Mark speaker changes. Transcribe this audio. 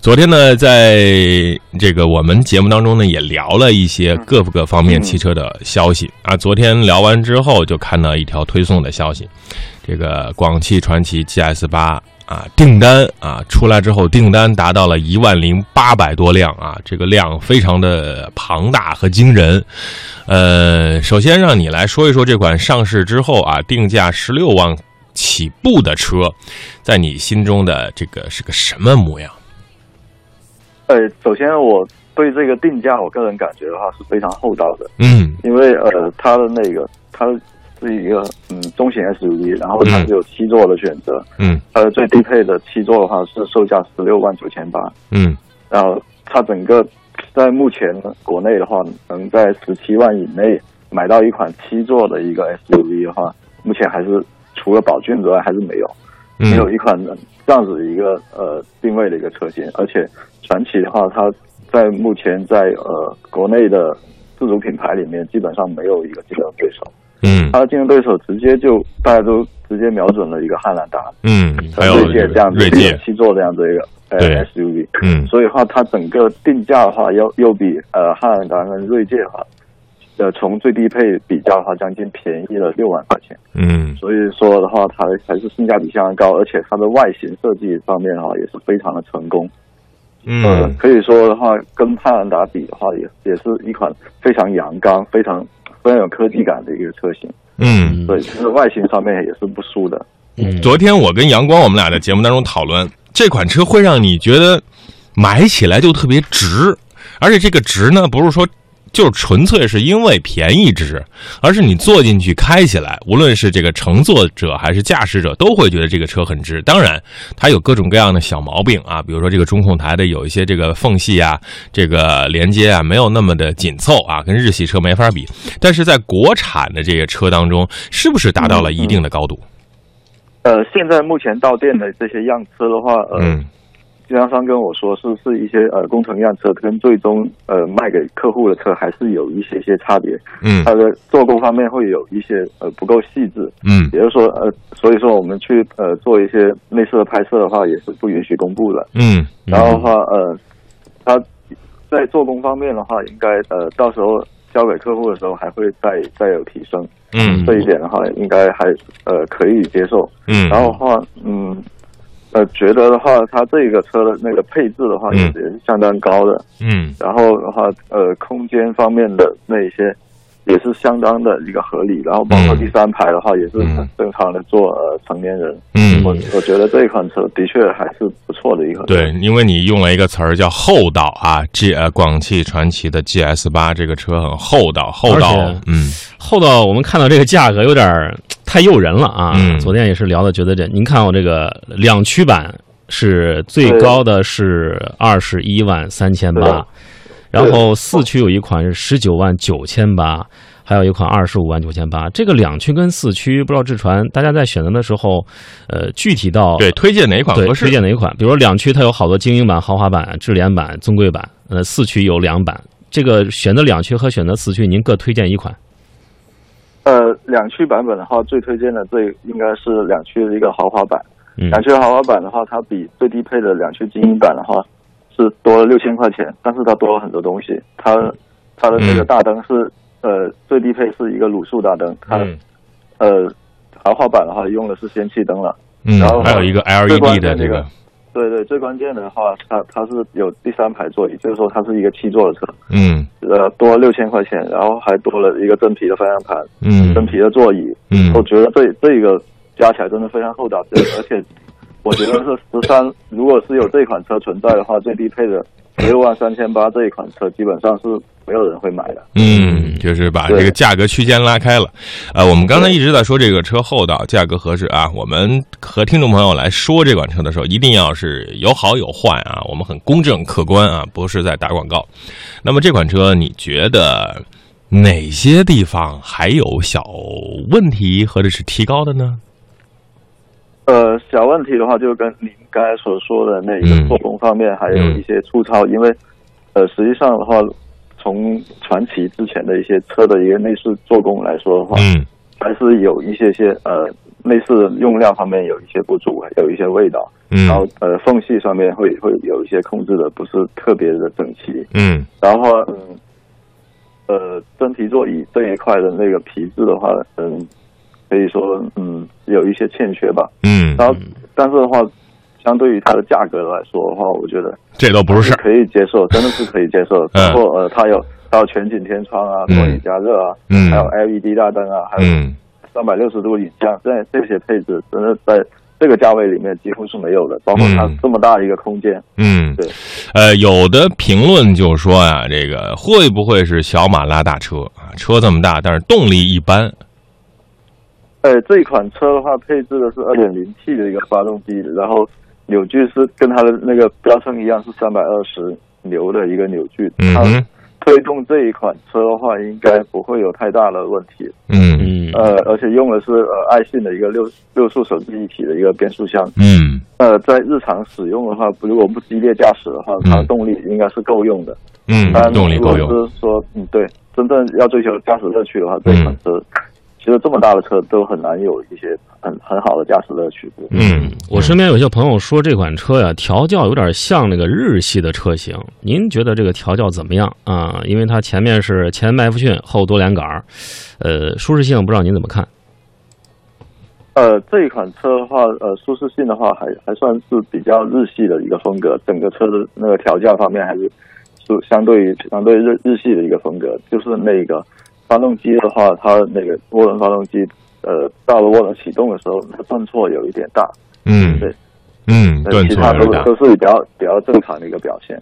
Speaker 1: 昨天呢，在这个我们节目当中呢，也聊了一些各个方面汽车的消息啊。昨天聊完之后，就看到一条推送的消息，这个广汽传祺 GS 八啊，订单啊出来之后，订单达到了一万零八百多辆啊，这个量非常的庞大和惊人。呃，首先让你来说一说这款上市之后啊，定价十六万起步的车，在你心中的这个是个什么模样？
Speaker 2: 呃，首先我对这个定价，我个人感觉的话是非常厚道的，
Speaker 1: 嗯
Speaker 2: 因为呃，它的那个它是一个嗯中型 SUV，然后它
Speaker 1: 嗯
Speaker 2: 是有七座的选择，
Speaker 1: 嗯
Speaker 2: 它的最低配的七座的话是售价十六万九千八，
Speaker 1: 嗯
Speaker 2: 然后它整个在目前国内的话，能在十七万以内买到一款七座的一个 SUV 的话，目前还是除了宝骏之外还是没有。
Speaker 1: 嗯，
Speaker 2: 没有一款这样子一个呃定位的一个车型，而且传祺的话，它在目前在呃国内的自主品牌里面基本上没有一个竞争对手，
Speaker 1: 嗯
Speaker 2: 它的竞争对手直接就大家都直接瞄准了一个汉兰达、
Speaker 1: 嗯，还有
Speaker 2: 锐呃界这样子
Speaker 1: 锐
Speaker 2: 一个
Speaker 1: 界，
Speaker 2: 七座这样子一个呃
Speaker 1: 对
Speaker 2: SUV，
Speaker 1: 嗯
Speaker 2: 所以的话它整个定价的话要又比呃汉兰达跟锐界的话，呃从最低配比较的话将近便宜了六万块钱。
Speaker 1: 嗯
Speaker 2: 所以说的话，它还是性价比相当高，而且它的外形设计方面哈、也是非常的成功。呃
Speaker 1: 嗯
Speaker 2: 可以说的话，跟汉兰达比的话，也也是一款非常阳刚、非常非常有科技感的一个车型。
Speaker 1: 嗯。
Speaker 2: 对，就是外形上面也是不输的。
Speaker 3: 嗯，
Speaker 1: 昨天我跟阳光我们俩在节目当中讨论，这款车会让你觉得买起来就特别值，而且这个值呢，不是说。就是纯粹是因为便宜值，而是你坐进去开起来，无论是这个乘坐者还是驾驶者，都会觉得这个车很值。当然，它有各种各样的小毛病啊，比如说这个中控台的有一些这个缝隙啊，这个连接啊没有那么的紧凑啊，跟日系车没法比。但是在国产的这些车当中，是不是达到了一定的高度？
Speaker 2: 呃，现在目前到店的这些样车的话，呃，
Speaker 1: 嗯
Speaker 2: 经销商跟我说是是一些呃工程样车跟最终呃卖给客户的车还是有一些些差别，
Speaker 1: 嗯
Speaker 2: 它的做工方面会有一些呃不够细致。
Speaker 1: 嗯
Speaker 2: 也就是说，呃，所以说我们去呃做一些类似的拍摄的话，也是不允许公布的。
Speaker 1: 嗯
Speaker 2: 然后的话，呃，它在做工方面的话，应该呃到时候交给客户的时候，还会再再有提升。
Speaker 1: 嗯
Speaker 2: 这一点的话，应该还呃可以接受。
Speaker 1: 嗯，
Speaker 2: 然后的话，嗯，呃，觉得的话，它这个车的那个配置的话，
Speaker 1: 嗯
Speaker 2: 也是相当高的。
Speaker 1: 嗯
Speaker 2: 然后的话，呃，空间方面的那一些也是相当的一个合理。然后包括
Speaker 1: 嗯
Speaker 2: 第三排的话，也是
Speaker 1: 嗯
Speaker 2: 很正常的做呃成年人。
Speaker 1: 嗯
Speaker 2: 我我觉得这一款车的确还是不错的一款车。
Speaker 1: 对，因为你用了一个词儿叫厚道啊，G 呃广汽传祺的 GS 八这个车很厚道，厚道
Speaker 3: 而且，
Speaker 1: 嗯
Speaker 3: 后到我们看到这个价格有点儿太诱人了啊！
Speaker 1: 嗯
Speaker 3: 昨天也是聊的，觉得这您看我这个两驱版是最高的是二十一万三千
Speaker 2: 对
Speaker 3: 八
Speaker 2: 的，
Speaker 3: 然后四驱有一款是十九万九千八，还有一款二十五万九千八。这个两驱跟四驱，不知道志传大家在选择的时候，呃，具体到
Speaker 1: 对，推荐哪款
Speaker 3: 对
Speaker 1: 合
Speaker 3: 推
Speaker 1: 适？
Speaker 3: 荐哪一款？比如说两驱它有好多精英版、豪华版、智联版、尊贵版，呃，四驱有两版。这个选择两驱和选择四驱，您各推荐一款。
Speaker 2: 呃，两驱版本的话，最推荐的这应该是两驱的一个豪华版。
Speaker 3: 嗯
Speaker 2: 两驱豪华版的话，它比最低配的两驱精英版的话是多了六千块钱，但是它多了很多东西。它它的那个
Speaker 1: 嗯
Speaker 2: 大灯是、呃最低配是一个卤素大灯，它、
Speaker 1: 嗯
Speaker 2: 呃豪华版的话用的是氙气灯了。然后
Speaker 1: 嗯，还有一个
Speaker 2: 最关
Speaker 1: LED 的
Speaker 2: 键
Speaker 1: 这
Speaker 2: 这
Speaker 1: 个
Speaker 2: 个，对对，最关键的话，它它是有第三排座椅，就是说它是一个七座的车，
Speaker 1: 嗯
Speaker 2: 呃，多了六千块钱，然后还多了一个真皮的方向盘，
Speaker 1: 嗯
Speaker 2: 真皮的座椅，
Speaker 1: 嗯
Speaker 2: 我觉得这这个加起来真的非常厚道，这而且我觉得是十三，如果是有这款车存在的话，最低配的十六万三千八这一款车基本上是没有人会买的。
Speaker 1: 嗯，就是把这
Speaker 2: 对
Speaker 1: 个价格区间拉开了。呃，我们刚才一直在说这个车厚道，价格合适啊。我们和听众朋友来说这款车的时候，一定要是有好有坏啊，我们很公正客观啊，不是在打广告。那么这款车，你觉得哪些地方还有小问题或者是提高的呢？
Speaker 2: 呃，小问题的话，就跟您刚才所说的那
Speaker 1: 嗯
Speaker 2: 个做工方面，还有一些粗糙，因为呃，实际上的话，从传奇哦之前的一些车的一个内饰做工来说的话，
Speaker 1: 嗯
Speaker 2: 还是有一些些呃内饰用量方面有一些不足，有一些味道，
Speaker 1: 嗯
Speaker 2: 然后呃缝隙上面会会有一些控制的不是特别的整齐，
Speaker 1: 嗯
Speaker 2: 然后嗯呃真皮座椅这一块的那个皮质的话，嗯可以说嗯有一些欠缺吧，
Speaker 1: 嗯，
Speaker 2: 然后但是的话，相对于它的价格来说的话，我觉得
Speaker 1: 这都不是事儿。
Speaker 2: 可以接受，真的是可以接受。
Speaker 1: 嗯
Speaker 2: 包括呃，它有它有全景天窗啊，
Speaker 1: 嗯
Speaker 2: 座椅加热啊，
Speaker 1: 嗯
Speaker 2: 还有 LED 大灯啊，还有
Speaker 1: 嗯
Speaker 2: 三百六十度影像，这这些配置真的在这个价位里面几乎是没有的。包括它
Speaker 1: 嗯
Speaker 2: 这么大一个空间，
Speaker 1: 嗯
Speaker 2: 对，
Speaker 1: 呃，有的评论就说啊，这个会不会是小马拉大车啊？车这么大，但是动力一般。
Speaker 2: 呃，这一款车的话，配置的是二点零 T 的一个发动机，然后扭矩是跟它的那个标称一样，是三百二十牛的一个扭矩。
Speaker 1: 嗯
Speaker 2: 它
Speaker 1: 哼
Speaker 2: 推动这一款车的话，应该不会有太大的问题。
Speaker 1: 嗯
Speaker 3: 嗯
Speaker 2: 呃，而且用的是呃爱信的一个六六速手自一体的一个变速箱。
Speaker 1: 嗯
Speaker 2: 呃，在日常使用的话，如果不激烈驾驶的话，它的
Speaker 1: 嗯
Speaker 2: 动力应该是够用的。但
Speaker 1: 嗯，动力够
Speaker 2: 如
Speaker 1: 用。
Speaker 2: 果是说，嗯，对，真正要追求驾驶乐趣的话，这
Speaker 1: 嗯
Speaker 2: 款车、其实这么大的车都很难有一些很很好的驾驶乐趣。
Speaker 1: 嗯，
Speaker 3: 我身边有些朋友说这款车呀，调教有点像那个日系的车型。您觉得这个调教怎么样啊？因为它前面是前麦弗逊，后多连杆儿，呃，舒适性不知道您怎么看？
Speaker 2: 呃，这一款车的话，呃，舒适性的话还还算是比较日系的一个风格，整个车的那个调教方面还是是相对于相对日日系的一个风格。就是那个发动机的话，它那个涡轮发动机，呃，到了涡轮启动的时候，它顿挫有一点大，
Speaker 1: 嗯
Speaker 2: 对，
Speaker 1: 嗯，
Speaker 2: 呃
Speaker 1: 顿
Speaker 2: 其
Speaker 1: 挫
Speaker 2: 他
Speaker 1: 有
Speaker 2: 都
Speaker 1: 点大。
Speaker 2: 都是比较比较正常的一个表现。